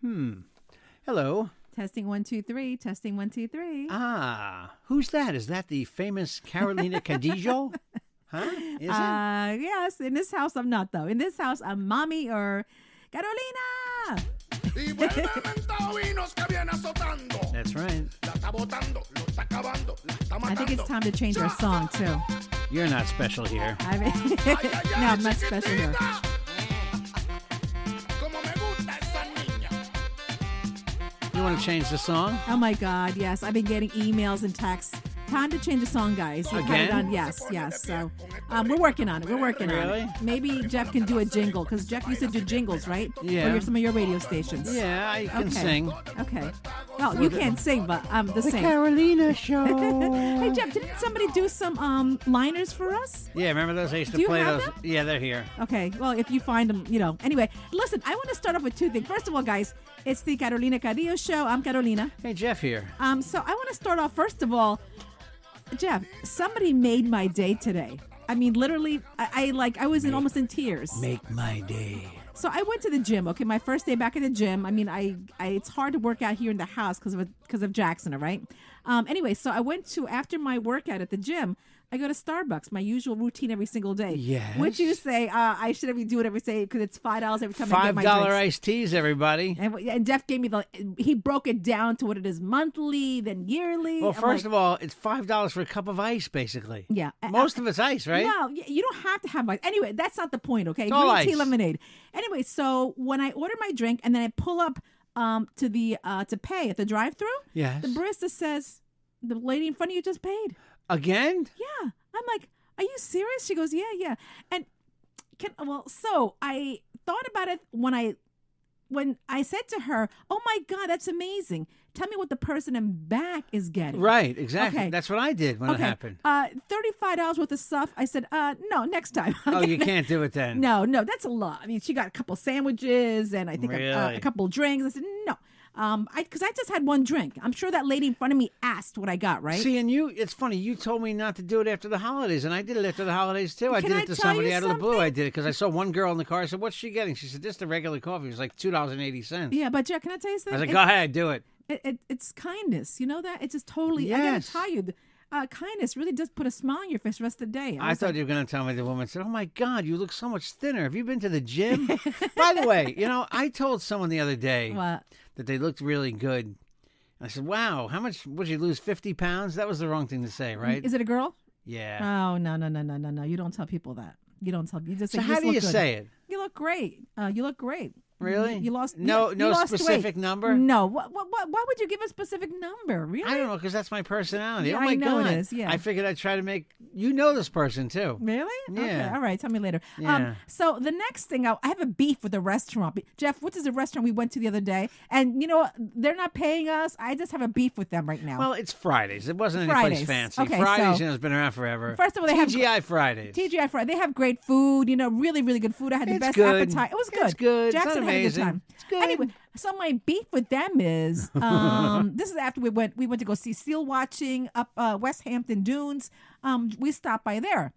Hmm. Hello. Testing one, two, three. Testing one, two, three. Ah, who's that? Is that the famous Carolina Cadillo? Huh? Is it? Uh, yes, in this house I'm not though. In this house I'm mommy or Carolina. Y vuelve mentado vinos que viene azotando. That's right. La está botando, lo está acabando, la está matando. I think it's time to change our song too. You're not special here. I mean, Ay, ay, ay, no, I'm not special here. chiquitita. Como me gusta esa niña. You want to change the song? Oh my God, yes. I've been getting emails and texts. Time to change the song, guys. We cut it Again? on- Yes, yes. So um, we're working on it. We're working on Really? it. Maybe Jeff can do a jingle because Jeff used to do jingles, right? Yeah. Or your- some of your radio stations. Yeah, I can Okay. sing. Okay. Well, you can't sing, but um, the same. Carolina Show. Hey, Jeff, didn't somebody do some um, liners for us? Yeah, remember those? I used to Do you play have those. them? Yeah, they're here. Okay, well, if you find them, you know. Anyway, listen, I want to start off with two things. First of all, guys, it's the Carolina Cadillo show. I'm Carolina. Hey, Jeff here. Um, so I want to start off first of all, Jeff. Somebody made my day today. I mean, literally, I, I like I was in almost in tears. Make my day. So I went to the gym. Okay, my first day back at the gym. I mean, I, I it's hard to work out here in the house because of because of Jackson, all right? Um, anyway, so I went to after my workout at the gym. I go to Starbucks, my usual routine every single day. Yes. Would you say uh, I shouldn't be doing it every day because it's five dollars every time I get Five my dollar drinks. iced teas, everybody. And, and Jeff gave me the he broke it down to what it is monthly, then yearly. Well, I'm first like, of all, it's five dollars for a cup of ice, basically. Yeah. Most of it's ice, right? No, y- you don't have to have ice. Anyway, that's not the point, okay? all Green tea ice. lemonade. Anyway, so when I order my drink and then I pull up um to the uh to pay at the drive through, Yes. the barista says the lady in front of you just paid. Again? Yeah. I'm like, "Are you serious?" She goes, "Yeah, yeah." And can well, so I thought about it when I when I said to her, "Oh my god, that's amazing. Tell me what the person in back is getting." Right, exactly. Okay. That's what I did when it happened. Uh, thirty-five dollars worth of stuff. I said, uh, no, next time. Oh, you can't do it then. No, no, that's a lot. I mean, she got a couple sandwiches and I think a- uh, a, Really? a couple drinks. I said, no, um, I because I just had one drink. I'm sure that lady in front of me asked what I got, right? See, and you, it's funny, you told me not to do it after the holidays, and I did it after the holidays too. I Can did I it to tell somebody you out of the blue. something? I did it because I saw one girl in the car. I said, What's she getting? She said, This is the regular coffee. It was like $2.80. yeah, but Jack, can I tell you I something? was like, It- Go ahead, do it. it, it, it's kindness. You know that? It's just totally. I gotta Yes. tell you, th- uh, kindness really does put a smile on your face the rest of the day. I was thought you were going to tell me the woman said, Oh my God, you look so much thinner. Have you been to the gym? By the way, you know, I told someone the other day like, what? that they looked really good. And I said, Wow, how much would you lose? 50 pounds? That was the wrong thing to say, right? Is it a girl? yeah. Oh no no no no no no! You don't tell people that. You don't tell. You just. so, say, how just do you look good." say it? You look great. Uh, you look great. Really? You, you lost you- No- you no lost specific weight. number? No. What, what? What? Why would you give a specific number? Really? I don't know because that's my personality. Yeah, oh I my know it god! is, yeah. I figured I'd try to make you know this person too. Really? Okay. Yeah. All right. Tell me later. Yeah. Um, so the next thing, I, I have a beef with a restaurant. Jeff, what is the restaurant we went to the other day? And you know, what? they're not paying us. I just have a beef with them right now. Well, it's Fridays. It wasn't any Fridays. place fancy. Okay, Fridays, so- you know, has been around forever. First of all, they have- TGI Fridays. TGI Friday. They have great food, you know, really, really good food. I had the It's best good. appetite. It was It's good. good. It's not Jackson had amazing. a good time. It's good. Anyway, so my beef with them is um, this is after we went we went to go see seal watching up uh, West Hampton Dunes. Um, we stopped by there.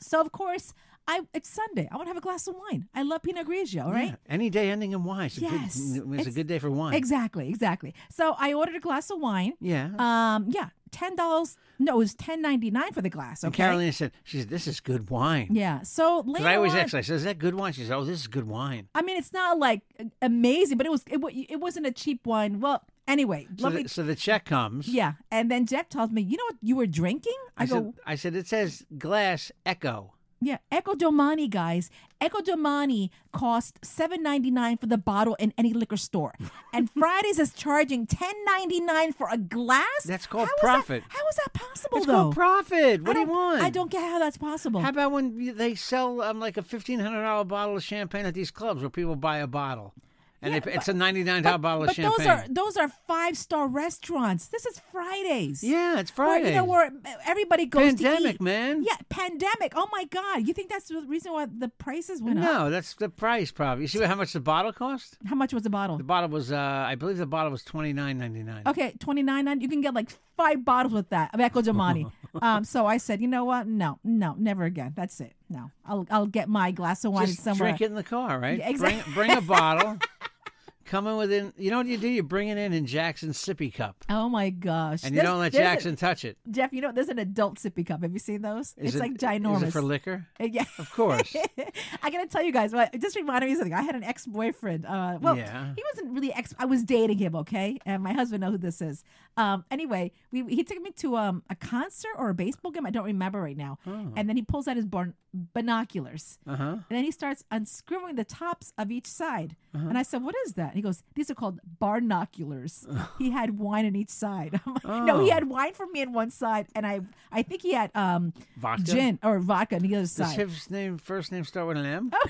So of course, I it's Sunday. I want to have a glass of wine. I love Pinot Grigio, all right? Yeah. Any day ending in Y. It's Yes. A good, it's, a It's- good day for wine. Exactly, exactly. So I ordered a glass of wine. Yeah. uh-huh. Um, yeah, ten dollars. No, it was ten ninety nine for the glass. And Okay. Carolina said, she said, this is good wine. yeah. So Because later I always on, ask, her, I said, is that good wine? She said, oh, this is good wine. I mean, it's not like amazing, but it was it, wa- it wasn't a cheap one. Well, anyway, So, lovely. the, so the check comes. yeah, and then Jeff tells me, you know what you were drinking? I, I, go, said, I said, it says glass echo. yeah, Echo Domani, guys. Echo Domani cost seven ninety nine for the bottle in any liquor store, and Fridays is charging ten ninety nine for a glass. That's called How is that- profit. how is that possible, it's though? called profit. What I do you don't- want? I don't get how that's possible. How about when you- they sell um, like a fifteen hundred dollar bottle of champagne at these clubs where people buy a bottle, and they, it's a ninety nine dollar bottle of but champagne. those are those are five star restaurants. This is Fridays. yeah, it's Where, Friday. you know where everybody goes to Pandemic, eat. man. Yeah, pandemic. Oh my God! You think that's the reason why the prices went up? no, that's the price probably. You see how much the bottle cost? How much was the bottle? The bottle was, uh, I believe, the bottle was twenty nine ninety nine. Okay, twenty nine nine. You can get like five bottles with that of Echo Damani. um, so I said, you know what? No, no, never again. That's it. No, I'll I'll get my glass of wine Just somewhere. drink it in the car, right? Yeah, exact- Bring, bring a bottle. Come in within. You know what you do? You bring it in in Jackson's sippy cup, Oh my gosh! and you There's- don't let there's a- Jackson touch it. Jeff, you know there's an adult sippy cup. Have you seen those? Is it's it- like ginormous. Uh, Is it for liquor? yeah. Of course. I gotta tell you guys, what it just reminded me of something. I had an ex boyfriend. Uh, well, Yeah. he wasn't really ex. I was dating him, okay, and my husband knows who this is. Um, anyway, we he took me to um a concert or a baseball game. I don't remember right now. Oh. And then he pulls out his barn- binoculars, Uh huh. and then he starts unscrewing the tops of each side. Uh-huh. And I said, "What is that?" And he goes, "These are called binoculars." he had wine in each side. I'm like, No, he Oh. had wine for me in one side, and I I think he had um Vodka? gin or vodka on the other Does side. his name first name start with an M? Oh.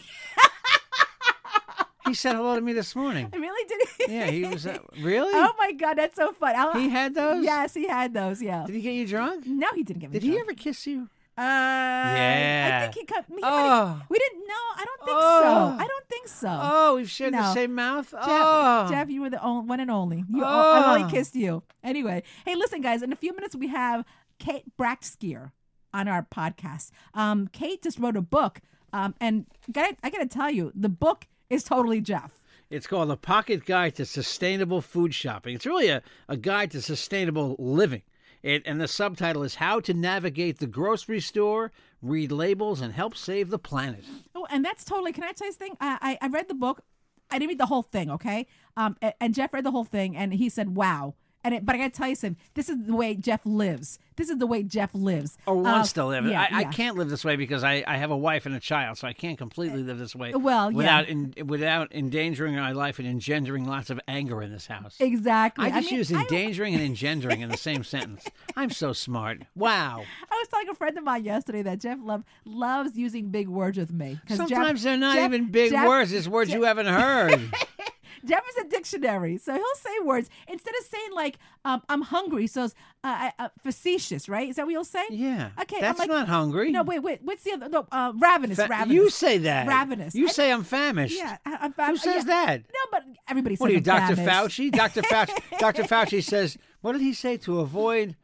he said hello to me this morning. I really did. Yeah, he was. Uh, really? Oh my god, that's so fun. I'll- He had those? Yes, he had those. Yeah. Did he get you drunk? no, he didn't give me. Did he drunk. ever kiss you? Uh, Yeah. I think he cut me. Oh. We didn't. No, I don't think Oh. so. I don't think so. Oh, we've shared No. the same mouth. Jeff, oh, Jeff, you were the only, one and only. You, I Oh. only kissed you. Anyway, hey, listen, guys. In a few minutes, we have Kate Braxkier on our podcast. Um, Kate just wrote a book, um, and gotta, I got to tell you, the book is totally Jeff. It's called The Pocket Guide to Sustainable Food Shopping. It's really a, a guide to sustainable living. It, and the subtitle is How to Navigate the Grocery Store, Read Labels, and Help Save the Planet. Oh, and that's totally. Can I tell you something? I, I I read the book. I didn't read the whole thing. Okay. Um, a- and Jeff read the whole thing, and he said, "Wow." And it, but I gotta tell you something. This is the way Jeff lives. This is the way Jeff lives. Or wants Uh, to live. yeah, I, I yeah. can't live this way because I, I have a wife and a child, so I can't completely live this way well, yeah. without, en- without endangering my life and engendering lots of anger in this house. Exactly. I just mean, use I- endangering and engendering in the same sentence. I'm so smart. Wow. I was telling a friend of mine yesterday that Jeff love loves using big words with me. 'Cause Jeff- Sometimes they're not Jeff- even big Jeff- words. It's words Jeff- you haven't heard. Jeff is a dictionary, so he'll say words instead of saying like um, "I'm hungry." So it's uh, uh, facetious, right? Is that what you'll say? Yeah. Okay. I'm That's like- not hungry. No, wait, wait. What's the other? No, uh, ravenous. Fa- ravenous. You say that. Ravenous. You I- say I'm famished. Yeah. I, I'm fam- Who says yeah. that? No, but everybody says. What are you, I'm Dr. famished. Fauci? Dr. Fauci. Dr. Fauci says, what did he say to avoid?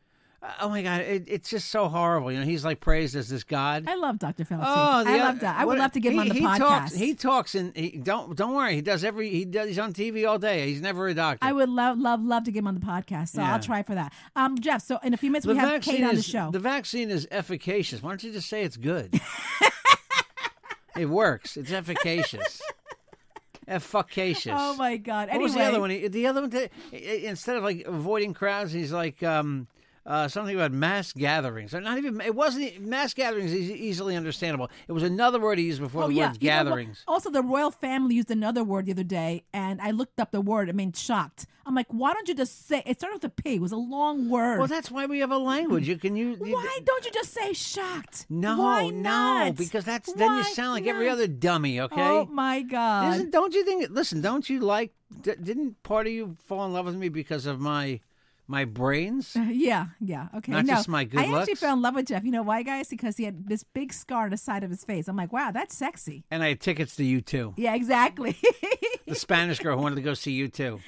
Oh my God, it, it's just so horrible. You know, he's like praised as this god. I love Dr. Fauci. Oh, the I other- love that. I would what- love to get he- him on the he podcast. Talks, he talks, and he, don't don't worry. He does every. He does. He's on TV all day. He's never a doctor. I would love, love, love to get him on the podcast. So Yeah. I'll try for that. Um, Jeff. So in a few minutes we have Kate on the is, show. vaccine is efficacious. Why don't you just say it's good? it works. It's efficacious. Efficacious. oh my God. What anyway, was the other one? He- The other one, that- i- i- instead of like avoiding crowds, he's like um, uh, something about mass gatherings. Or not even. It wasn't mass gatherings. Is e, easily understandable. It was another word he used before Oh the yeah, word you know what? gatherings. also, the royal family used another word the other day, and I looked up the word. I mean, shocked. I'm like, why don't you just say? It started with a P. It was a long word. Well, that's why we have a language. You can use. Why don't you just say shocked? No, Why no, not? because that's then you Why sound like every not? other dummy. Okay. Oh my god! Isn't, don't you think? Listen, don't you like? D- didn't part of you fall in love with me because of my my brains? yeah, yeah, okay. Not no, just my good I actually looks? fell in love with Jeff. You know why, guys? Because he had this big scar on the side of his face. I'm like, wow, that's sexy. And I had tickets to you too. Yeah, exactly. The Spanish girl who wanted to go see you too.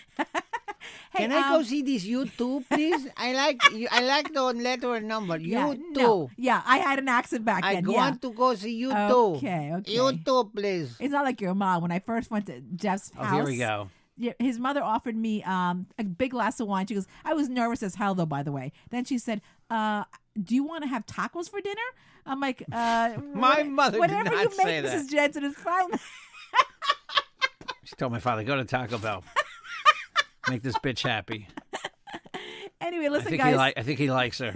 Can I um, go see this you too, please? I like you, I like the letter and number. You yeah, too. no, yeah. I had an accent back I then. yeah. want to go see you too. Okay, You okay. too, please. It's not like your mom. When I first went to Jeff's Oh, house, here we go. yeah, his mother offered me um, a big glass of wine. She goes, I was nervous as hell though, by the way. Then she said, uh, do you want to have tacos for dinner? I'm like, uh, My what- mother did whatever not you make, say that. Mrs. Jensen is fine. She told my father, go to Taco Bell. Make this bitch happy. anyway, I listen, think guys. he li- I think he likes her.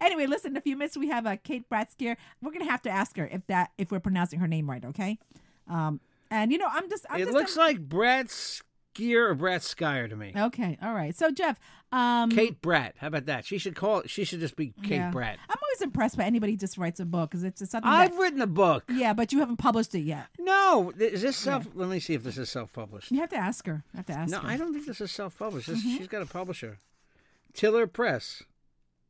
anyway, listen. In a few minutes, we have uh, Kate Bratzkier. We're gonna have to ask her if that if we're pronouncing her name right. Okay. Um, and you know, I'm just. I'm it just looks like Brad Skier or Brad Skyer to me. okay. All right. So Jeff. Um, Kate Brad. How about that? She should call. She should just be Kate yeah. Brad. I'm always impressed by anybody who just writes a book because it's, it's something. I've that- written a book. yeah, but you haven't published it yet. No, th- is this self? Let me see if this is self-published. You have to ask her. You have to ask No, her. I don't think this is self-published. This, Mm-hmm. She's got a publisher, Tiller Press.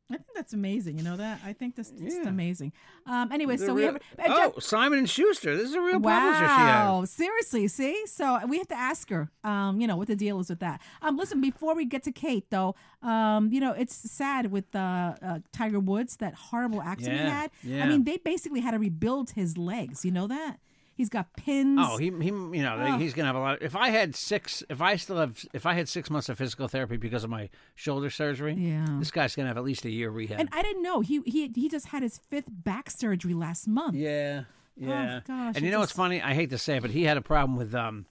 I think that's amazing. You know that? I think that's just Yeah. amazing. Um, anyway, The so we real- have. uh, Jeff- oh, Simon and Schuster. This is a real publisher. She Wow, has. seriously, see? So uh, we have to ask her, um, you know, what the deal is with that. Um, listen, before we get to Kate, though, um, you know, it's sad with uh, uh, Tiger Woods, that horrible accident he Yeah, had. yeah. I mean, they basically had to rebuild his legs. You know that? He's got pins. Oh, he, he you know, Oh. he's gonna have a lot. if I had six, if I still have, if I had six months of physical therapy because of my shoulder surgery, Yeah. this guy's gonna have at least a year rehab. and I didn't know. He, he, he just had his fifth back surgery last month. Yeah, yeah. Oh, gosh, and it you know what's just- funny? I hate to say it, but he had a problem with. Um,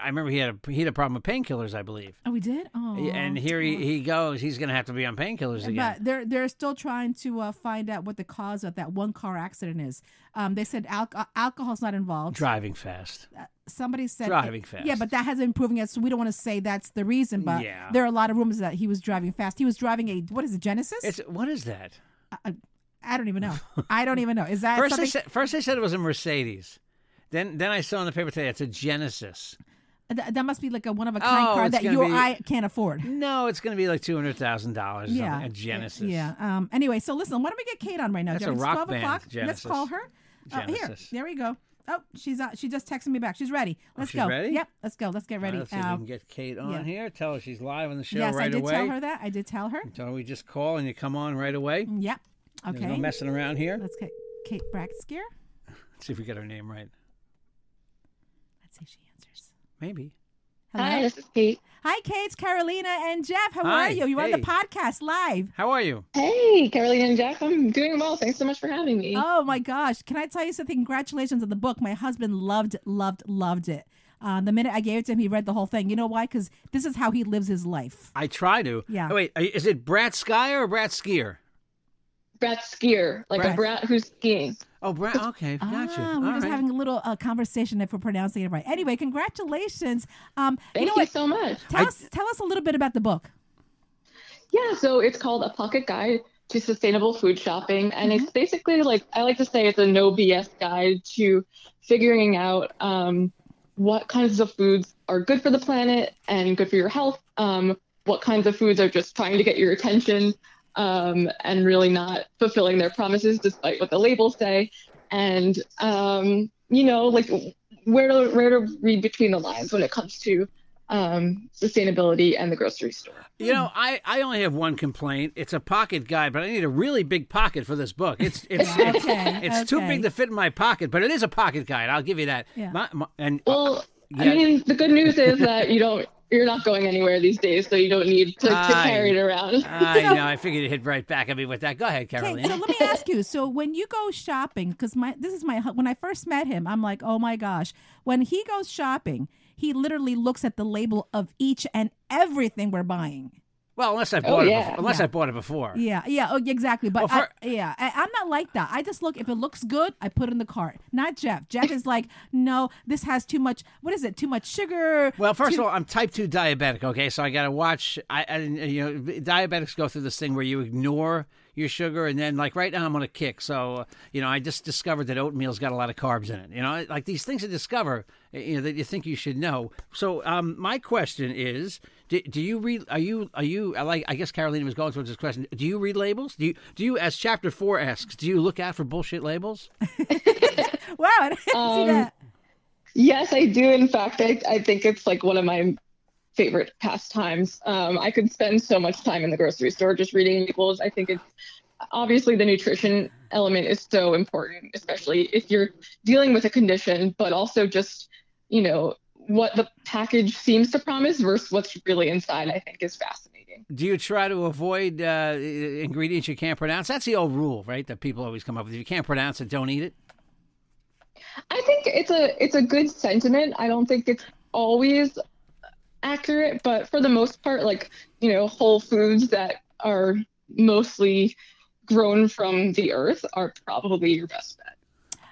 I remember he had a he had a problem with painkillers, I believe. Oh, we did? Oh. And here he, he goes. He's going to have to be on painkillers again. But they're they're still trying to uh, find out what the cause of that one car accident is. Um, they said alco- alcohol's not involved. Driving fast. somebody said Driving Yeah, but fast. that hasn't been proven yet, so we don't want to say that's the reason. But Yeah. there are a lot of rumors that he was driving fast. He was driving a what is it, Genesis? It's what is that? I don't even know. I don't even know. Is that First they something? said first they said it was a Mercedes. Then then I saw in the paper today it's a Genesis. Th- that must be like a one of a kind Oh, car it's that gonna you or be- I can't afford. No, it's going to be like two hundred thousand dollars. Yeah, something. a Genesis. Yeah. Um. Anyway, so listen, why don't we get Kate on right now? That's a Jeff? It's rock Twelve band, o'clock. Let's Genesis. call her. Uh, here, Genesis. Oh, there we go. Oh, she's uh, she just texted me back. She's ready. Let's she's go. ready? Yep. Let's go. Let's get All right, ready. let's see if we Uh, can get Kate on yeah. here. Tell her she's live on the show yes, right I did away. tell her that. I did tell her. Tell her we just call and you come on right away. Yep. Okay. There's no messing around here. Let's get Kate Braxkier. Let's see if we get her name right. Let's see if she answers. Maybe. Hello. Hi, this is Kate. Hi, Kate, it's Carolina, and Jeff. How Hi. are you? You're on Hey. the podcast live. How are you? Hey, Carolina and Jeff. I'm doing well. Thanks so much for having me. Oh my gosh! Can I tell you something? Congratulations on the book. My husband loved, loved, loved it. Uh, the minute I gave it to him, he read the whole thing. You know why? Because this is how he lives his life. I try to. Yeah. Oh, wait, is it Brat Skyer or Brat Skier? brat skier, like Brat. a brat who's skiing. Oh, Brat. Okay, gotcha. Ah, All we're just right. having a little uh, conversation if we're pronouncing it right. Anyway, congratulations. Um, Thank you you, know what? so much. Tell us, tell us a little bit about the book. Yeah, so it's called A Pocket Guide to Sustainable Food Shopping. And it's basically like, I like to say it's a no BS guide to figuring out um, what kinds of foods are good for the planet and good for your health, um, what kinds of foods are just trying to get your attention um, and really not fulfilling their promises despite what the labels say. And, um, you know, like where to, where to read between the lines when it comes to um, sustainability and the grocery store. You know, I, I only have one complaint. It's a pocket guide, but I need a really big pocket for this book. It's it's it's, Okay, it's too okay. big to fit in my pocket, but it is a pocket guide. I'll give you that. Yeah. My- my- and Well, Yeah. I mean, the good news is that you don't, you're not going anywhere these days, so you don't need to, to Aye. carry it around. I know I figured it hit right back at me with that. Go ahead, Okay, so Carolina. let me ask you. So when you go shopping, because my this is my hu- when I first met him, I'm like, oh my gosh. When he goes shopping, he literally looks at the label of each and everything we're buying. Well, unless I bought it, Oh, yeah. before, unless Yeah. I bought it before. Yeah, yeah, oh, exactly. But Well, I, yeah, I, I'm not like that. I just look if it looks good, I put it in the cart. Not Jeff. Jeff is like, no, this has too much. What is it? Too much sugar. Well, first of all, I'm type two diabetic. Okay, so I got to watch. I, I you know diabetics go through this thing where you ignore your sugar, and then like right now I'm on a kick. So uh, you know I just discovered that oatmeal's got a lot of carbs in it. You know, like these things to discover you know, that you think you should know. So um, my question is, do, do you read? Are you are you I like? I guess Carolina was going towards this question. Do you read labels? Do you do you as chapter four asks? Do you look out for bullshit labels? wow, I didn't see that. Yes, I do. In fact, I, I think it's like one of my favorite pastimes. Um, I could spend so much time in the grocery store just reading labels. I think it's obviously the nutrition element is so important, especially if you're dealing with a condition, but also just, you know, what the package seems to promise versus what's really inside, I think is fascinating. Do you try to avoid uh, ingredients you can't pronounce? That's the old rule, right? That people always come up with. If you can't pronounce it, don't eat it. I think it's a it's a good sentiment. I don't think it's always accurate, but for the most part, like you know, whole foods that are mostly grown from the earth are probably your best bet.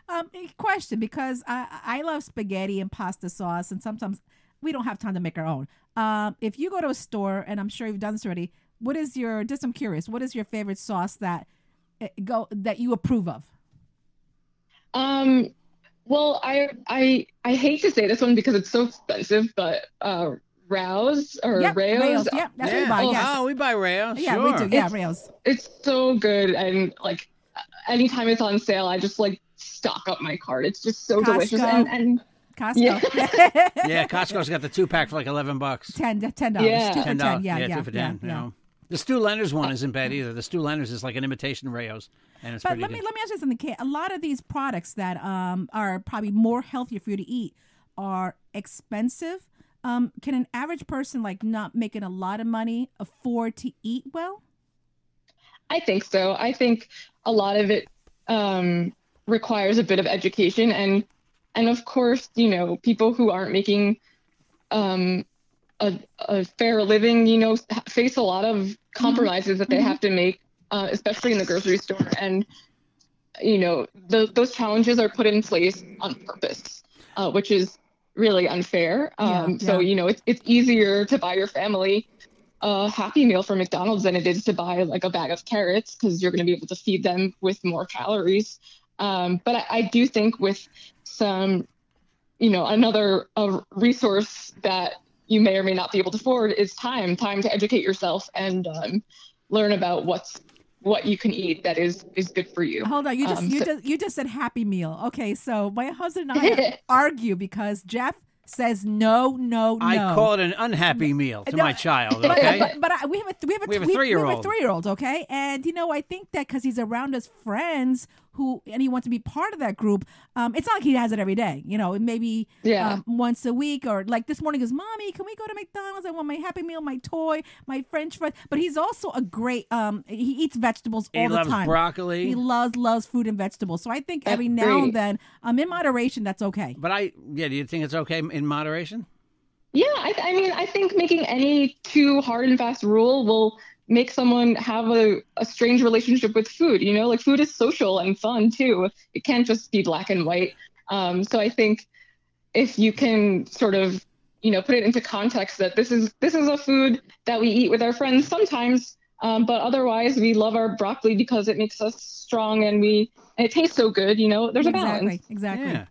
Um, a question because I I love spaghetti and pasta sauce, and sometimes we don't have time to make our own. Um, if you go to a store, and I'm sure you've done this already, what is your just I'm curious, what is your favorite sauce that uh, go that you approve of? Um, well, I I I hate to say this one because it's so expensive, but uh, Rouse or Yep, Rao's, Rao's. Yep, that's what we buy. Oh, yes. oh, we buy Rayo. yeah, sure. we do. Yeah, rails. it's so good and like anytime it's on sale, I just like stock up my cart. It's just so delicious Costco. and, and Costco. Yeah, Costco's got the two pack for like eleven bucks. ten ten dollars. Yeah. Two for ten. $10. Yeah, yeah, two for ten. yeah, you yeah. know. The Stu Leonard's one isn't bad either. The Stu Leonard's is like an imitation Rayo's, and it's But pretty let good. me let me ask you something, Kate. A lot of these products that um are probably more healthier for you to eat are expensive. Um, can an average person like not making a lot of money afford to eat well? I think so. I think a lot of it um, requires a bit of education, and and of course, you know, people who aren't making um, a, a fair living, you know, ha- face a lot of compromises that they Mm-hmm. have to make, uh, especially in the grocery store, and you know, tho- those challenges are put in place on purpose, uh, which is really unfair. Um, Yeah, So yeah. you know, it's it's easier to buy your family a happy meal from McDonald's than it is to buy like a bag of carrots because you're going to be able to feed them with more calories. Um, but I, I do think with some, you know, another a resource that you may or may not be able to afford is time, time to educate yourself and um, learn about what's what you can eat that is is good for you. Hold on, you just Um, you so- just you just said happy meal. Okay, so my husband and I argue because Jeff says no, no, no. I call it an unhappy meal to No, my child. But, uh, Okay, but, but I, we have a th- we have a, We have a we- We have a three-year-old. three-year-old, okay? And you know, I think that because he's around his friends who, and he wants to be part of that group. Um, it's not like he has it every day. You know, maybe Yeah. um, once a week or like this morning. he Goes, mommy, can we go to McDonald's? I want my Happy Meal, my toy, my French fries. But he's also a great. Um, he eats vegetables all he the loves time. broccoli. He loves loves food and vegetables. So I think every now great. and then, um, in moderation, that's okay. but I, yeah, do you think it's okay in moderation? Yeah, I, I mean, I think making any too hard and fast rule will make someone have a, a strange relationship with food. You know, like food is social and fun too. It can't just be black and white. Um, so I think if you can sort of, you know, put it into context that this is this is a food that we eat with our friends sometimes, um, but otherwise we love our broccoli because it makes us strong and we and it tastes so good. You know, there's a exactly, balance. exactly. Yeah.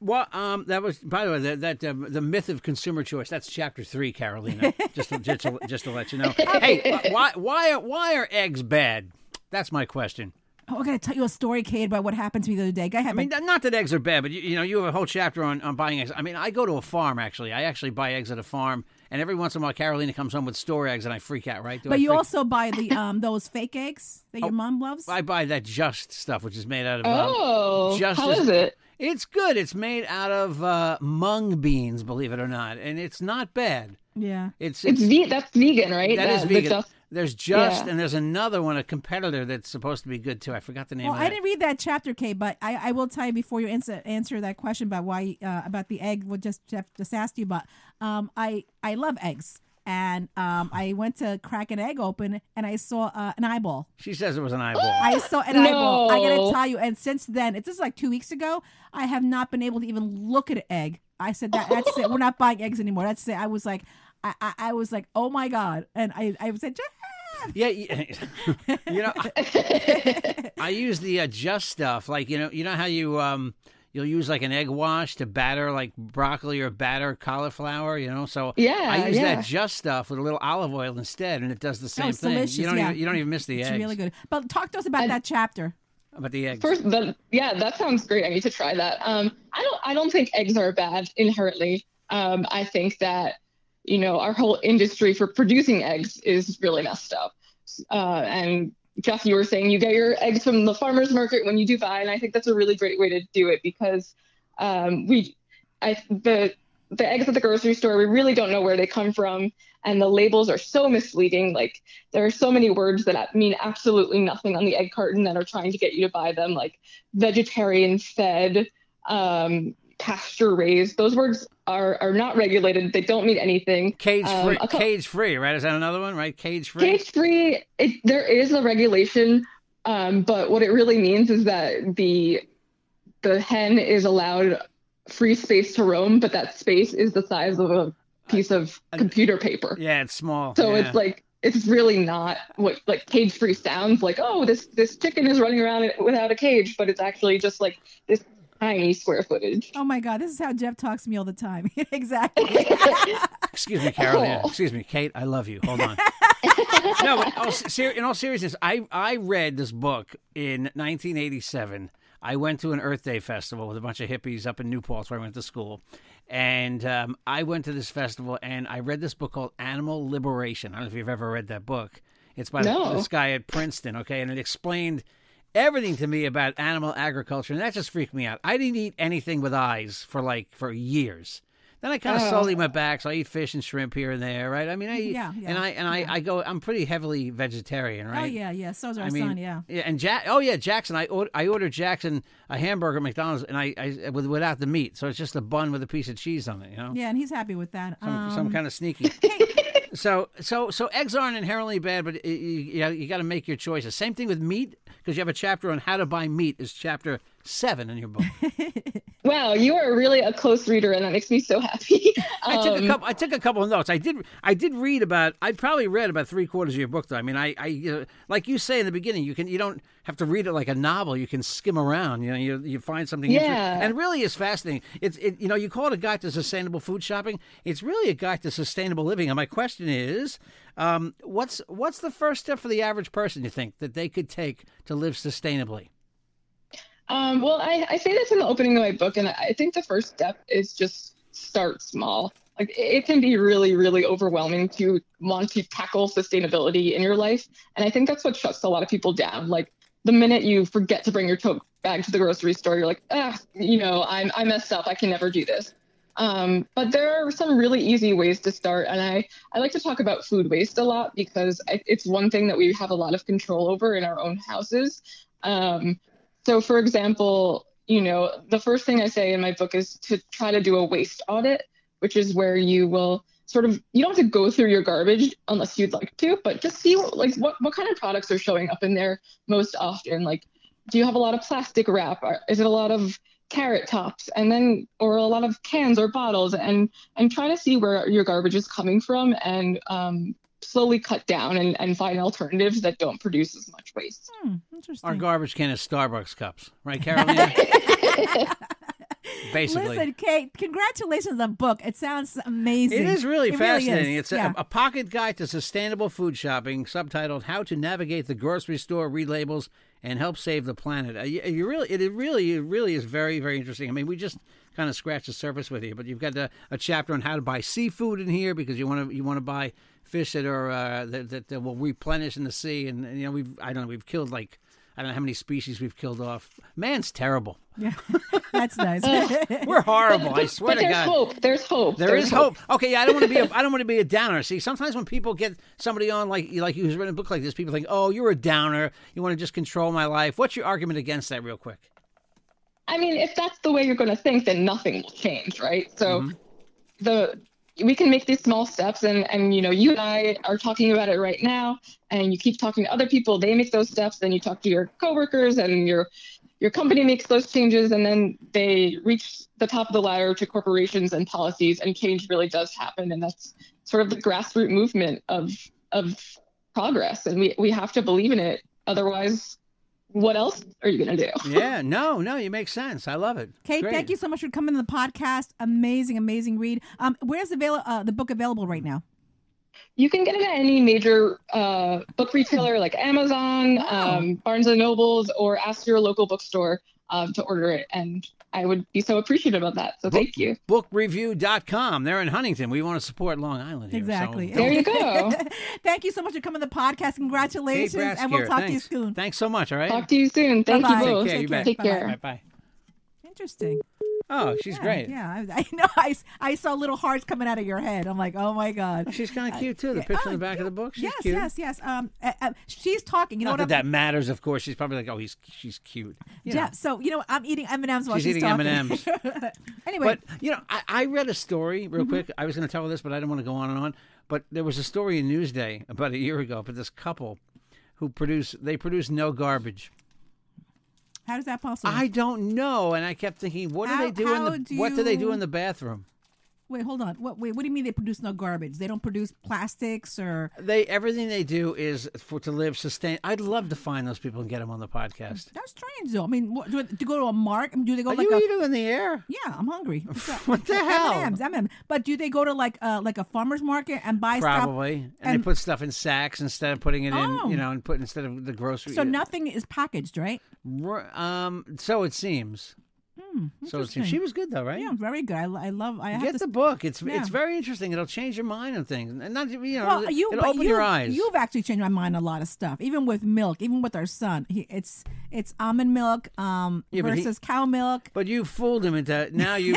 Well, um, that was by the way that, that uh, the myth of consumer choice. That's chapter three, Carolina. just, to, just, to, just to let you know. Hey, why why are, why are eggs bad? That's my question. Oh, I gotta tell you a story, Kate, about what happened to me the other day. Go ahead. I mean, not that eggs are bad, but you, you know, you have a whole chapter on, on buying eggs. I mean, I go to a farm actually. I actually buy eggs at a farm, and every once in a while, Carolina comes home with store eggs, and I freak out. Right? Do I But you freak- also buy the um those fake eggs that your mom loves. I buy that just stuff, which is made out of. um, Oh, just how as- is it? It's good. It's made out of uh, mung beans, believe it or not, and it's not bad. yeah. It's It's ve- that's vegan, right? That is the vegan. stuff- there's just Yeah. and there's another one, a competitor that's supposed to be good too. I forgot the name. Well, of I that. didn't read that chapter, Kate, but I, I will tell you before you answer, answer that question about why uh, about the egg. What just Jeff just asked you about. Um, I I love eggs, and um, I went to crack an egg open, and I saw uh, an eyeball. She says it was an eyeball. I saw an eyeball. I gotta No. tell you. And since then, it's just like two weeks ago, I have not been able to even look at an egg. I said that that's it. We're not buying eggs anymore. That's it. I was like, I, I, I was like, oh my god. And I, I said, Jeff. yeah, yeah. you know, I, I use the uh, just stuff. Like you know, you know how you um you'll use like an egg wash to batter like broccoli or batter cauliflower. You know, so Yeah, I use yeah. that just stuff with a little olive oil instead, and it does the same it's thing. delicious, you don't yeah. even, you don't even miss the It's eggs. really good. But talk to us about that chapter. But the eggs. First, the, yeah, that sounds great. I need to try that. Um, I don't, I don't think eggs are bad inherently. Um, I think that, you know, our whole industry for producing eggs is really messed up. Uh, and Jeff, you were saying you get your eggs from the farmers market when you do buy, and I think that's a really great way to do it because um, we, I the the eggs at the grocery store, we really don't know where they come from. And the labels are so misleading. Like, there are so many words that mean absolutely nothing on the egg carton that are trying to get you to buy them, like vegetarian fed, um, pasture raised. Those words are, are not regulated, they don't mean anything. Cage Um, free, a cou- cage free, right? Is that another one, right? Cage free. Cage free, it, there is a regulation, um, but what it really means is that the the hen is allowed free space to roam, but that space is the size of a piece of computer paper. Yeah, it's small. So yeah. it's like it's really not what like cage free sounds like. Oh, this this chicken is running around without a cage, but it's actually just like this tiny square footage. Oh my God, this is how Jeff talks to me all the time. exactly. Excuse me, Carolina. Oh. Excuse me, Kate. I love you. Hold on. no, but all, ser- in all seriousness, I I read this book in 1987. I went to an Earth Day festival with a bunch of hippies up in New Paltz, where I went to school, and um, I went to this festival and I read this book called Animal Liberation. I don't know if you've ever read that book. It's by No. this guy at Princeton. Okay, and it explained everything to me about animal agriculture, and that just freaked me out. I didn't eat anything with eyes for like for years. Then I Oh. kind of slowly went back, so I eat fish and shrimp here and there, right? I mean, I Yeah, and yeah, I and I, I go. I'm pretty heavily vegetarian, right? Oh yeah, yeah. So's our I mean, son. Yeah. and Jack. Oh yeah, Jackson. I ordered, I ordered Jackson a hamburger at McDonald's, and I, I with, without the meat, so it's just a bun with a piece of cheese on it. You know, Yeah, and he's happy with that. some, um, some kind of sneaky. so so so eggs aren't inherently bad, but you you, know, you got to make your choices. Same thing with meat, because you have a chapter on how to buy meat. Is chapter seven in your book? Wow, you are really a close reader, and that makes me so happy. I took a Um, couple. I took a couple of notes. I did. I did read about. I probably read about three quarters of your book, though. I mean, I, I you know, like you say in the beginning, you can. You don't have to read it like a novel. You can skim around. You know, you, you find something. interesting. Yeah. And it really is fascinating. It's. It, you know, you call it a guide to sustainable food shopping. It's really a guide to sustainable living. And my question is, um, what's what's the first step for the average person? You think that they could take to live sustainably? Um, well, I, I say this in the opening of my book, and I think the first step is just start small. Like it- it can be really, really overwhelming to want to tackle sustainability in your life, and I think that's what shuts a lot of people down. Like the minute you forget to bring your tote bag to the grocery store, you're like, ah, you know, I'm I messed up. I can never do this. Um, but there are some really easy ways to start, and I I like to talk about food waste a lot because I, it's one thing that we have a lot of control over in our own houses. Um, so, for example, you know, the first thing I say in my book is to try to do a waste audit, which is where you will sort of you don't have to go through your garbage unless you'd like to, but just see what, like what what kind of products are showing up in there most often. Like, do you have a lot of plastic wrap? Or Is it a lot of carrot tops and then or a lot of cans or bottles and and try to see where your garbage is coming from and um, slowly cut down and, and find alternatives that don't produce as much waste Hmm, interesting. Our garbage can is Starbucks cups, right, Carolina? Basically. Listen, Kate, congratulations on the book. It sounds amazing. It is really It fascinating. is, It's uh, yeah. a, a pocket guide to sustainable food shopping, subtitled "How to Navigate the Grocery Store, Read Labels, and Help Save the Planet." Uh, you, you really, it, it really, it really is very, very interesting. I mean, we just kind of scratched the surface with you, but you've got a, a chapter on how to buy seafood in here because you want to you want to buy fish that are uh, that, that that will replenish in the sea, and, and you know we've I don't know we've killed like. I don't know how many species we've killed off. Man's terrible. That's nice. We're horrible. I swear but to there's God. hope there's hope There is hope. Okay, yeah, I don't want to be a I don't want to be a downer. See, sometimes when people get somebody on like like you who's written a book like this, people think, "Oh, you're a downer. You want to just control my life." What's your argument against that, real quick? I mean, if that's the way you're going to think, then nothing will change, right? So the we can make these small steps, and and you know, you and I are talking about it right now, and you keep talking to other people. They make those steps, then you talk to your coworkers, and your your company makes those changes, and then they reach the top of the ladder to corporations and policies, and change really does happen, and that's sort of the grassroots movement of of progress, and we we have to believe in it. Otherwise, what else are you going to do? Yeah, no, no, you make sense. I love it. It's Kate, great. thank you so much for coming to the podcast. Amazing, amazing read. Um, where's avail- uh, the book available right now? You can get it at any major uh, book retailer like Amazon, Wow. um, Barnes and Nobles, or ask your local bookstore um, to order it. And I would be so appreciative of that. So thank you. Bookreview.com. They're in Huntington. We want to support Long Island. Here, so Exactly. don't- There you go. Thank you so much for coming to the podcast. Kate Congratulations, and we'll Brasker, talk thanks. to you soon. Thanks so much. All right. Talk to you soon. Thank Bye-bye. you both. Take care, you bet. Take care. Bye bye. Interesting. Oh, she's Yeah, great. Yeah, I, I know. I, s- I saw little hearts coming out of your head. I'm like, oh my god. oh, She's kind of cute too. The picture on the back of the book. She's yes, cute. yes, yes. Um, uh, uh, she's talking. You know Not what? that that I'm, matters, of course. She's probably like, "Oh, he's she's cute." You know. yeah. So you know, what? I'm eating M and M's while She's she's, eating talking. M&Ms. anyway, But you know, I, I read a story Mm-hmm. real quick. I was going to tell this, but I didn't want to go on and on. But there was a story in Newsday about a year ago about this couple who produce they produce no garbage. how does that possible? I don't know, and I kept thinking, what do How- they do in how the do what do they do you- in the bathroom? wait, hold on. What? Wait, what do you mean they produce no garbage? They don't produce plastics or They everything they do is for to live sustain. I'd love to find those people and get them on the podcast. that's strange though. I mean, what, do to go to a mark? Do they go Are like you a? eating in the air? Yeah, I'm hungry. What's up? What the hell? M&Ms, M&Ms. But do they go to like a like a farmer's market and buy Probably, stuff? and, they put stuff in sacks instead of putting it Oh. in, you know, and put instead of the grocery. so nothing is packaged, right? Ru- Um, so it seems. so it seems. Hmm, interesting. She was good though, right? Yeah, very good. I, lo- I love. I have Get to. the book. It's yeah. it's very interesting. It'll change your mind on things, and not you know, well, you it'll but open you, your eyes. You've actually changed my mind on a lot of stuff, even with milk, even with our son. He, it's it's almond milk um, Yeah, but he- versus cow milk. But you fooled him into now you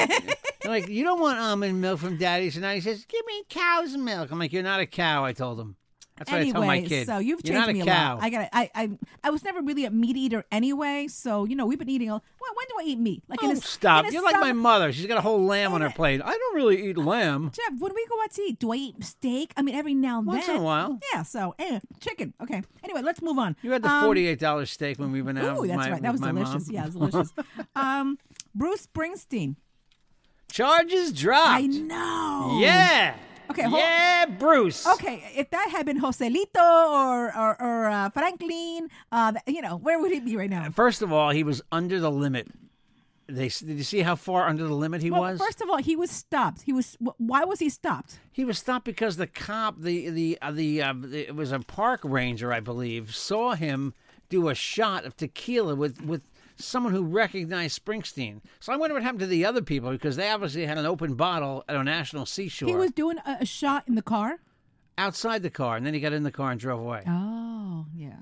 like you don't want almond milk from daddy, so now he says, "Give me cow's milk." I'm like, "You're not a cow," I told him. That's what anyway, I told my kid. so you've You're changed not me a cow. lot. I got. I, I I was never really a meat eater anyway, so you know we've been eating. A, well, when do I eat meat? Like Oh, in a, stop! in a You're like my summer- mother. She's got a whole lamb on in her a- plate. I don't really eat lamb. Jeff, when we go out to eat, do I eat steak? I mean, every now and Once in then. a while. Yeah, so eh, chicken. Okay. Anyway, let's move on. You had the Um, forty-eight dollar steak when we went out. Ooh, with that's my, right. That was with my delicious. Mom. Yeah, it was delicious. um, Bruce Springsteen. Charges dropped. I know. Yeah. Oh. Okay, hold- yeah, Bruce. Okay, if that had been Joselito or or, or uh, Franklin, uh, th- you know, where would he be right now? First of all, he was under the limit. They did you see how far under the limit he Well, was? first of all, he was stopped. He was. wh- Why was he stopped? he was stopped because the cop, the the uh, the, uh, the it was a park ranger, I believe, saw him do a shot of tequila with with someone who recognized Springsteen. So I wonder what happened to the other people because they obviously had an open bottle at a national seashore He was doing a, a shot in the car. outside the car, and then he got in the car and drove away. Oh yeah.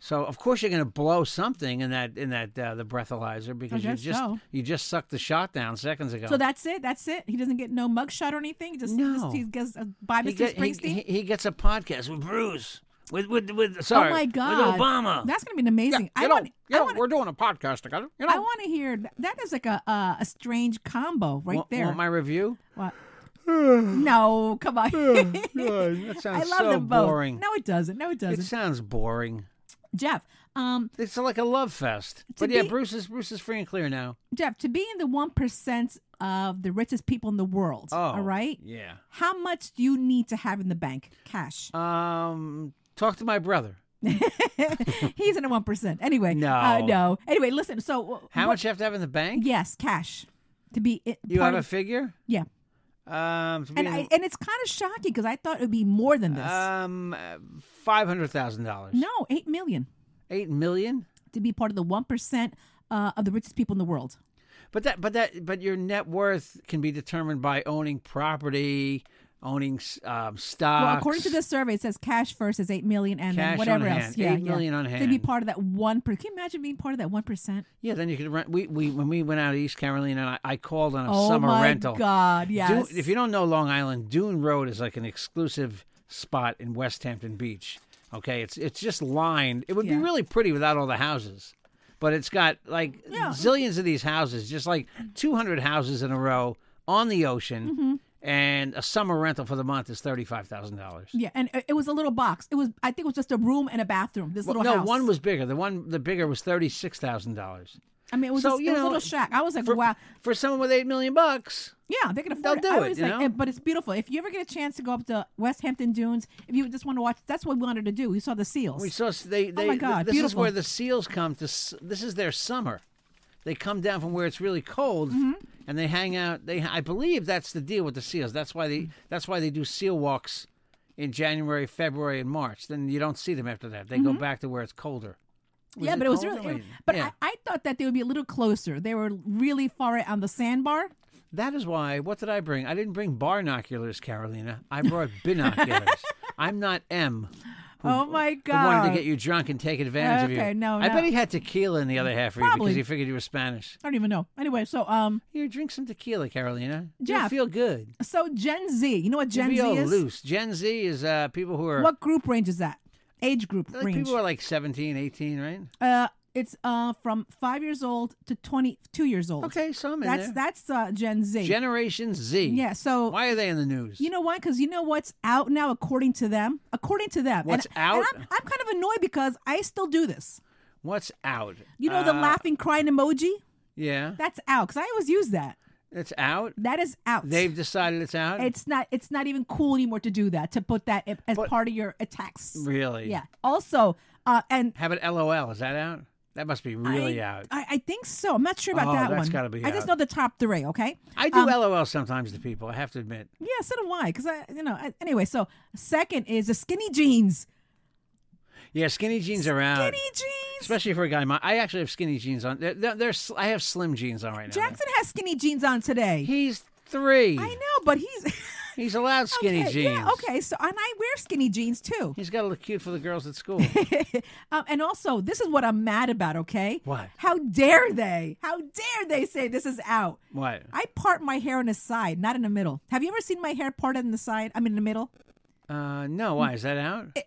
So of course you're going to blow something in that in that uh, the breathalyzer because you guess just so. you just sucked the shot down seconds ago. So that's it. That's it. He doesn't get no mugshot or anything. He just, No. just he gets uh, by he, Mr. get- he, he, Springsteen. he gets a podcast with Bruce with with with sorry oh my God, with Obama. That's gonna be an amazing. I you know, want. you I know, want. we're doing a podcast together. You know, I want to hear. That is like a uh, a strange combo right want, there. want my review? What? no, come on. Oh, that I sounds love so them both. boring. No, it doesn't. No, it doesn't. it sounds boring. Jeff, um, It's like a love fest. But yeah, be- Bruce is Bruce is free and clear now. Jeff, to be in the one percent of the richest people in the world. Oh, all right. Yeah. How much do you need to have in the bank cash? Um, talk to my brother. He's in the one percent. Anyway, No. uh, no. Anyway, listen. So, uh, How what- much you have to have in the bank? Yes, cash to be. It, You part have a of- figure? yeah. Um, to be and in- I, and it's kind of shocking because I thought it would be more than this. Um, five hundred thousand dollars. no, eight million eight million. to be part of the one percent uh, of the richest people in the world. But that, but that, but your net worth can be determined by owning property, owning um, stocks. Well, according to this survey, it says cash first is eight million, and Cash on then whatever else. hand, Yeah, eight yeah. million on To be hand. part of that one. Per- can you imagine being part of that one percent? yeah, then you could rent. We, we when we went out to East Carolina, and I, I called on a Oh summer my rental. God! Dune- Yes. if you don't know Long Island, Dune Road is like an exclusive spot in West Hampton Beach. Okay, it's it's just lined. It would be Yeah. really pretty without all the houses, but it's got like zillions of these houses, just like 200 houses in a row on the ocean, Mm-hmm. and a summer rental for the month is thirty-five thousand dollars. yeah, and it- it was a little box. It was, I think, it was just a room and a bathroom. This Well, little no, house. one was bigger. The one the bigger was thirty-six thousand dollars. I mean, it was, so, just, you it was know, a little shack. I was like, For, wow. for someone with eight million bucks, Yeah, they can They'll afford it. do I it, always you like- eh, know? But it's beautiful. If you ever get a chance to go up to West Hampton Dunes, if you just want to watch, that's what we wanted to do. We saw the seals. We saw s- they. they Oh my God, This is beautiful. where the seals come to. s- This is their summer. They come down from where it's really cold, Mm-hmm. and they hang out. They, I believe, that's the deal with the seals. That's why they. That's why they do seal walks in January, February, and March. Then you don't see them after that. They go Mm-hmm. back to where it's colder. yeah, but it was cold really. or- it- but yeah. I, I thought that they would be a little closer. They were really far out on the sandbar. That is why. What did I bring? I didn't bring barnoculars, Carolina. I brought binoculars. I'm not M. Oh my who wanted god! to get you drunk and take advantage of you. Okay, no, I no. bet he had tequila in the other half for you Probably. because he figured you were Spanish. I don't even know. Anyway, so um, Here, drink some tequila, Carolina. Jeff, you feel good. so Gen Z. You know what Gen You'll be Z all is? loose. Gen Z is uh, people who are What group range is that? Age group like range. people who are like 17, 18, right? uh, it's uh from five years old to twenty-two years old. Okay, so I'm in That's there. that's uh, Gen Z. Generation Z. Yeah, so- why are they in the news? You know why? Because you know what's out now, according to them. According to them, What's and, out? And I'm, I'm kind of annoyed because I still do this. what's out? You know the Uh, laughing crying emoji? Yeah, That's out. Because I always use that. it's out. That is out. They've decided it's out. it's not. It's not even cool anymore to do that. To put that i- as But- part of your attacks. really. Yeah. Also, uh, and How about LOL? Is that out? That must be really I, uh, out. I, I think so. I'm not sure about Oh, that that's one. gotta be I just out. know the top three. Okay. I do um, LOL sometimes to people. I have to admit. Yeah. So do I. Because I, you know. I, anyway, so second is the skinny jeans. Yeah, skinny jeans are out. Skinny jeans. Especially for a guy, my, I actually have skinny jeans on. They're, they're, they're sl- I have slim jeans on right now. Jackson has skinny jeans on today. He's three. I know, but he's He's allowed skinny okay, jeans. Yeah, okay. So, and I wear skinny jeans too. He's got to look cute for the girls at school. um, and also, this is what I'm mad about. Okay, What? How dare they? How dare they say this is out? what? I part my hair on the side, not in the middle. Have you ever seen my hair parted in the side? I mean, in the middle. Uh, no, why is that out?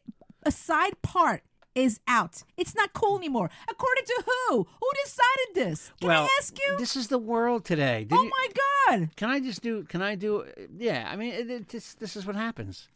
A side part is out. It's not cool anymore. According to who? Who decided this? Can well, I ask you? This is the world today. Did oh you- my god! Can I just do? Can I do? Yeah, I mean, it, it, this this is what happens.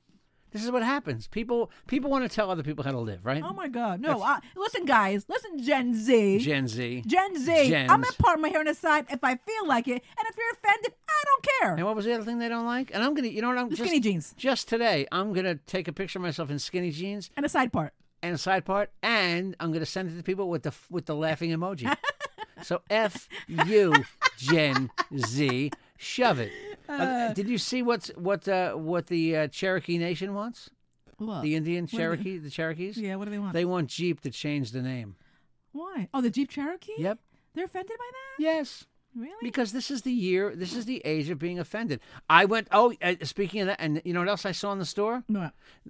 This is what happens. People people want to tell other people how to live, right? Oh my god! No, uh, listen, guys. Listen, Gen Z. Gen Z. Gen Z. Gens. am gonna part my hair on the side if I feel like it, and if you're offended, I don't care. And what was the other thing they don't like? And I'm gonna, you know what? I'm The just, skinny jeans. Just today, I'm gonna take a picture of myself in skinny jeans and a side part. and a side part, and I'm gonna send it to people with the f- with the laughing emoji. so f you, Gen Z, shove it. Uh, did you see what's what uh, what the uh, Cherokee Nation wants? The Indian do they- Cherokee, the Cherokees. Yeah, what do they want? They want Jeep to change the name. Why? Oh, the Jeep Cherokee. Yep. They're offended by that. Yes. Really? Because this is the year, this is the age of being offended. I went, oh, uh, speaking of that, and you know what else I saw in the store? no,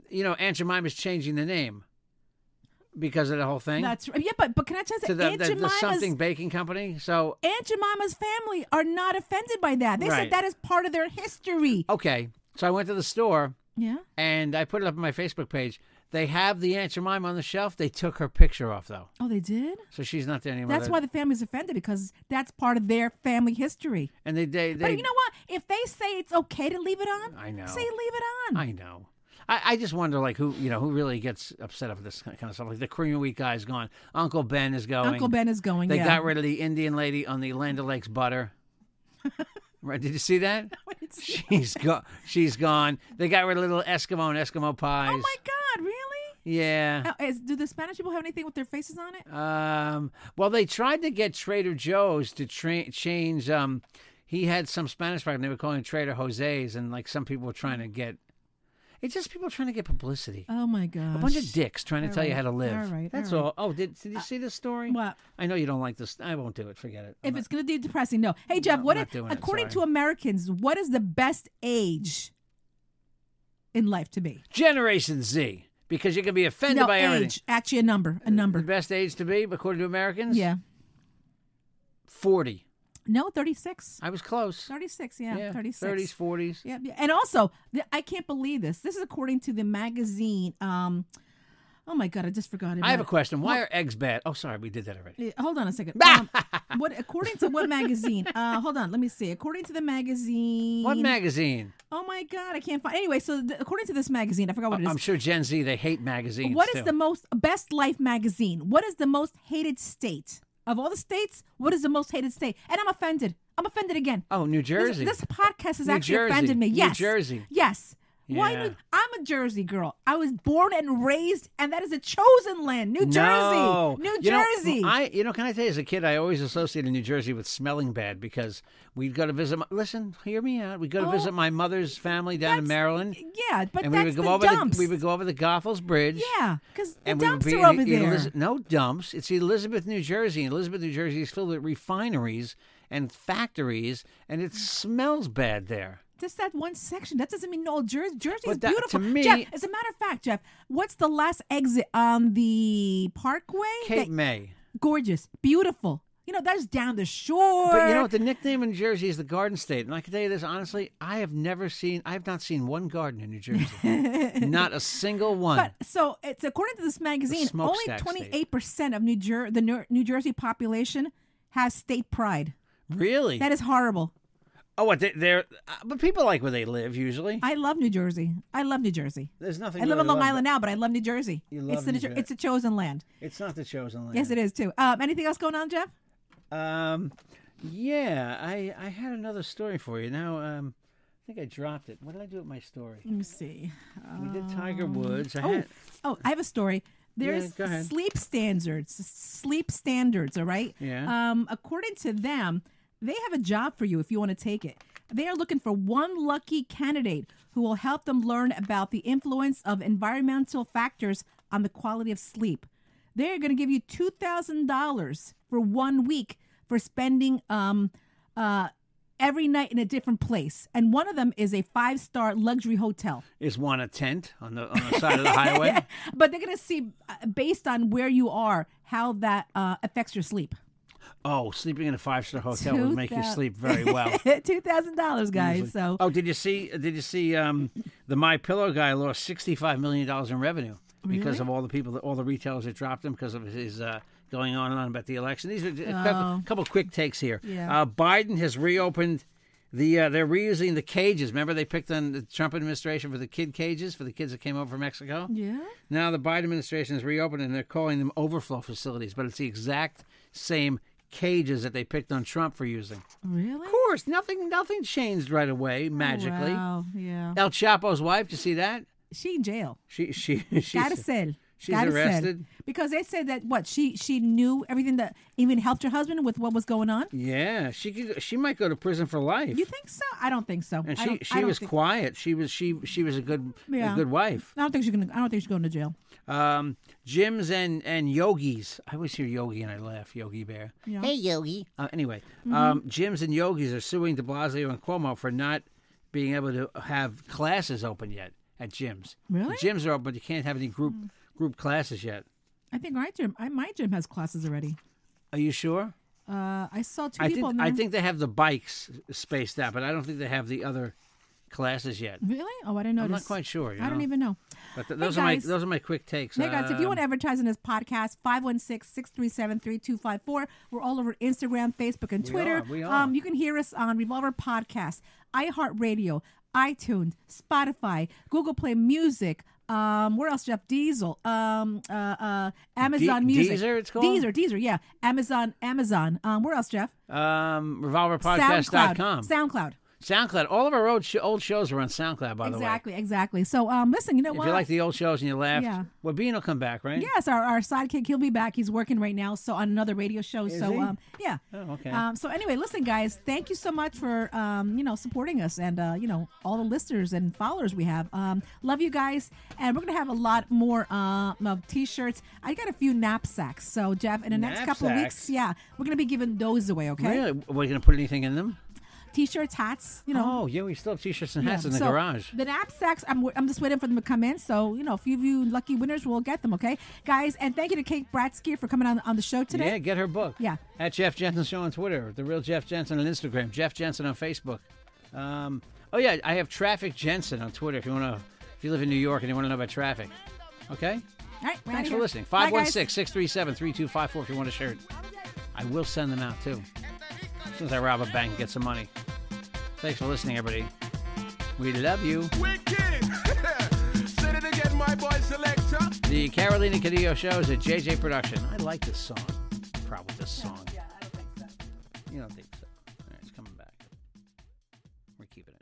You know, Aunt Jemima's changing the name because of the whole thing. that's right. Yeah, but but can I tell you to the, Aunt the, the Jemima's something baking company. So, Aunt Jemima's family are not offended by that. They Right. said that is part of their history. okay. So I went to the store Yeah. and I put it up on my Facebook page. They have the Aunt Jemima on the shelf. They took her picture off, though. Oh, they did. So she's not there anymore. That's They- why the family's offended because that's part of their family history. and they, they, they but you know what? If they say it's okay to leave it on, I know. Say leave it on. I know. I, I just wonder, like, who you know, who really gets upset over this kind of stuff. Like the Korean Week guy's gone. Uncle Ben is going. Uncle Ben is going. They yeah. got rid of the Indian lady on the Land O'Lakes butter. right? Did you see that? She's gone. She's gone. They got rid of little Eskimo and Eskimo pies. Oh my God! Really? Yeah. Oh, is, do the Spanish people have anything with their faces on it? Um. Well, they tried to get Trader Joe's to tra- change. Um. He had some Spanish product. They were calling it Trader Jose's, and like some people were trying to get. It's just people trying to get publicity. Oh my gosh! A bunch of dicks trying to All tell you right, how to live. all right, That's all all. right. Oh, did, did you see this story? Uh, What? I know you don't like this. I won't do it. Forget it. I'm If not- it's going to be depressing, no. Hey Jeff, what I'm is, not doing it, according to sorry. Americans, what is the best age in life to be? Generation Z, because you can be offended no, by age. everything. Actually, a number. A The number. best age to be, according to Americans, Yeah. 40. No, thirty-six. I was close. Thirty-six. Yeah, 30s, thirty-six. 40s. Yeah, yeah. and also th- I can't believe this. This is according to the magazine. Um, oh my god, I just I forgot. have about a it. question. Why are eggs bad? Oh, sorry, we did that already. Uh, Hold on a second. Um, what according to what magazine? Uh, hold on, let me see. According to the magazine. What magazine? Oh my god, I can't find. Anyway, so th- according to this magazine, I forgot what it is. I'm sure Gen Z, they hate magazines. What is too. the most best life magazine? What is the most hated state of all the states? What is the most hated state? And I'm offended. I'm offended again. Oh, New This- Jersey. This, podcast has New actually Jersey. offended me. New Yes. Jersey. Yes. Why? Yeah. New- I'm a Jersey girl. I was born and raised, and that is a chosen land. New No. Jersey. New You know, Jersey. I you know, can I tell you as a kid I always associated New Jersey with smelling bad because we'd go to visit my, listen, hear me out. We'd go to Oh, visit my mother's family down in that's- Maryland. yeah, but and that's we would go the over dumps. the we would go over the Goffles Bridge. yeah, because the and dumps we would be are in over there. Elis- no dumps. It's Elizabeth, New Jersey. And Elizabeth, New Mm. Jersey is filled with refineries and factories, and it smells bad there. just that one section. That doesn't mean all Jersey. Jersey But is that- to beautiful. me- Jeff, as a matter of fact, Jeff, what's the last exit on the Parkway? Cape That- May. gorgeous, beautiful. You know, that's down the shore. But you know what? The nickname in Jersey is the Garden State, and I can tell you this honestly: I have never seen, I have not seen one garden in New Jersey, not a single one. But so it's according to this magazine, only smokestack twenty state. eight percent of New Jer- the New New Jersey population has state pride. really? That is horrible. oh, what? They, they're uh, but people like where they live usually. I love New Jersey. I love New Jersey. There's nothing. I live really on Long love Island now, but I love New Jersey. You it's love the New Jer- Jer- it's a chosen land. That. It's not the chosen land. Yes, it is too. Um, anything else going on, Jeff? Um, yeah, I I had another story for you. Now, um, I think I dropped it. What did I do with my story? Let me see. we did Tiger Woods. I Oh, had, oh, I have a story. There's go ahead. sleep standards. s- Sleep standards, all right? Yeah. Um, according to them, they have a job for you if you want to take it. They are looking for one lucky candidate who will help them learn about the influence of environmental factors on the quality of sleep. They're going to give you $2,000 for one week for spending um, uh, every night in a different place. And one of them is a five star luxury hotel is one a tent on the on the side of the highway? but they're going to see uh, based on where you are how that uh, affects your sleep. Oh, sleeping in a five star hotel would make you 2000 sleep very well. Two thousand dollars, guys. So Oh, did you see? Did you see? Um, the My Pillow guy lost sixty five million dollars in revenue because of all the people, that, all the retailers that dropped him because of his uh, going on and on about the election. These are a couple, couple quick takes here. Oh. Yeah. Uh, Biden has reopened. The, uh, they're reusing the cages. Remember, they picked on the Trump administration for the kid cages for the kids that came over from Mexico. yeah, Now the Biden administration has reopened and they're calling them overflow facilities, but it's the exact same cages that they picked on Trump for using. really? Of course, nothing nothing changed right away magically. Wow. Yeah. El Chapo's wife, you see that? She in jail. She she she Garcel. she's Garcel. arrested? because they said that what she she knew everything that even helped her husband with what was going on. Yeah, she could, she might go to prison for life. You think so? I don't think so. and I she don't- I she don't was think- quiet. She was she she was a good Yeah. a good wife. I don't think she's gonna. I don't think she's going to jail. Um, gyms and and yogis. I always hear yogi and I laugh. Yogi Bear. Hey Yogi. Uh, anyway, Mm-hmm. um, gyms and yogis are suing De Blasio and Cuomo for not being able to have classes open yet at gyms. Really? Hmm. The gyms are open, but you can't have any group group classes yet. I think my gym. I, my gym has classes already. Are you sure? Uh, I saw two I people. think in I there. think they have the bikes spaced out, but I don't think they have the other classes yet. Really? Oh, I didn't notice. I'm not quite sure. you I don't know? even know. But th- Hey, those are my guys. those are my quick takes. Hey guys, if you want Um, to advertise on this podcast, 516-637-3254. We're all over Instagram, Facebook, and Twitter. are, we are. Um, you can hear us on Revolver Podcast, iHeartRadio, iTunes, Spotify, Google Play Music. Um, where else, Jeff? Diesel, um, uh, uh, Amazon De- Music, Deezer, it's called? Deezer, Deezer, yeah, Amazon, Amazon. Um, where else, Jeff? um, SoundCloud, revolverpodcast.com. SoundCloud. SoundCloud. All of our old, sh- old shows are on SoundCloud, by Exactly, exactly. So, um, listen, you know the way. If what? you like the old shows and you laughed, Yeah. well, Bean will come back, right? Yes, our, our sidekick, he'll be back. He's working right now, so on another radio show. so he? um yeah. Oh, okay. Um so anyway, listen guys, thank you so much for um, you know, supporting us and uh, you know, all the listeners and followers we have. Um love you guys and we're gonna have a lot more um of t shirts. I got a few knapsacks. So Jeff, in the next couple of Knapsacks? weeks, yeah, we're gonna be giving those away, okay? Really? Are we going to put anything in them? T shirts, hats, you know. Oh, yeah, we still have t shirts and hats Yeah, in the so garage. The knapsacks, I'm, w- I'm just waiting for them to come in. So, you know, a few of you lucky winners will get them, okay? Guys, and thank you to Kate Bratsky for coming on, on the show today. Yeah, get her book. Yeah. At Jeff Jensen Show on Twitter, The Real Jeff Jensen on Instagram, Jeff Jensen on Facebook. Um, oh, yeah, I have Traffic Jensen on Twitter if you want to, if you live in New York and you want to know about traffic. Okay? All right, we're outta Thanks for here. listening. Bye, guys. 516 637 3254 if you want a shirt. I will send them out too. As soon as I rob a bank and get some money. Thanks for listening, everybody. We love you. Wicked. Say it again, my boy selector. The Carolina Cadillo Show is a JJ production. I like this song. Probably this song. Yeah, I don't think so. You don't think so? All right, it's coming back. We're keeping it.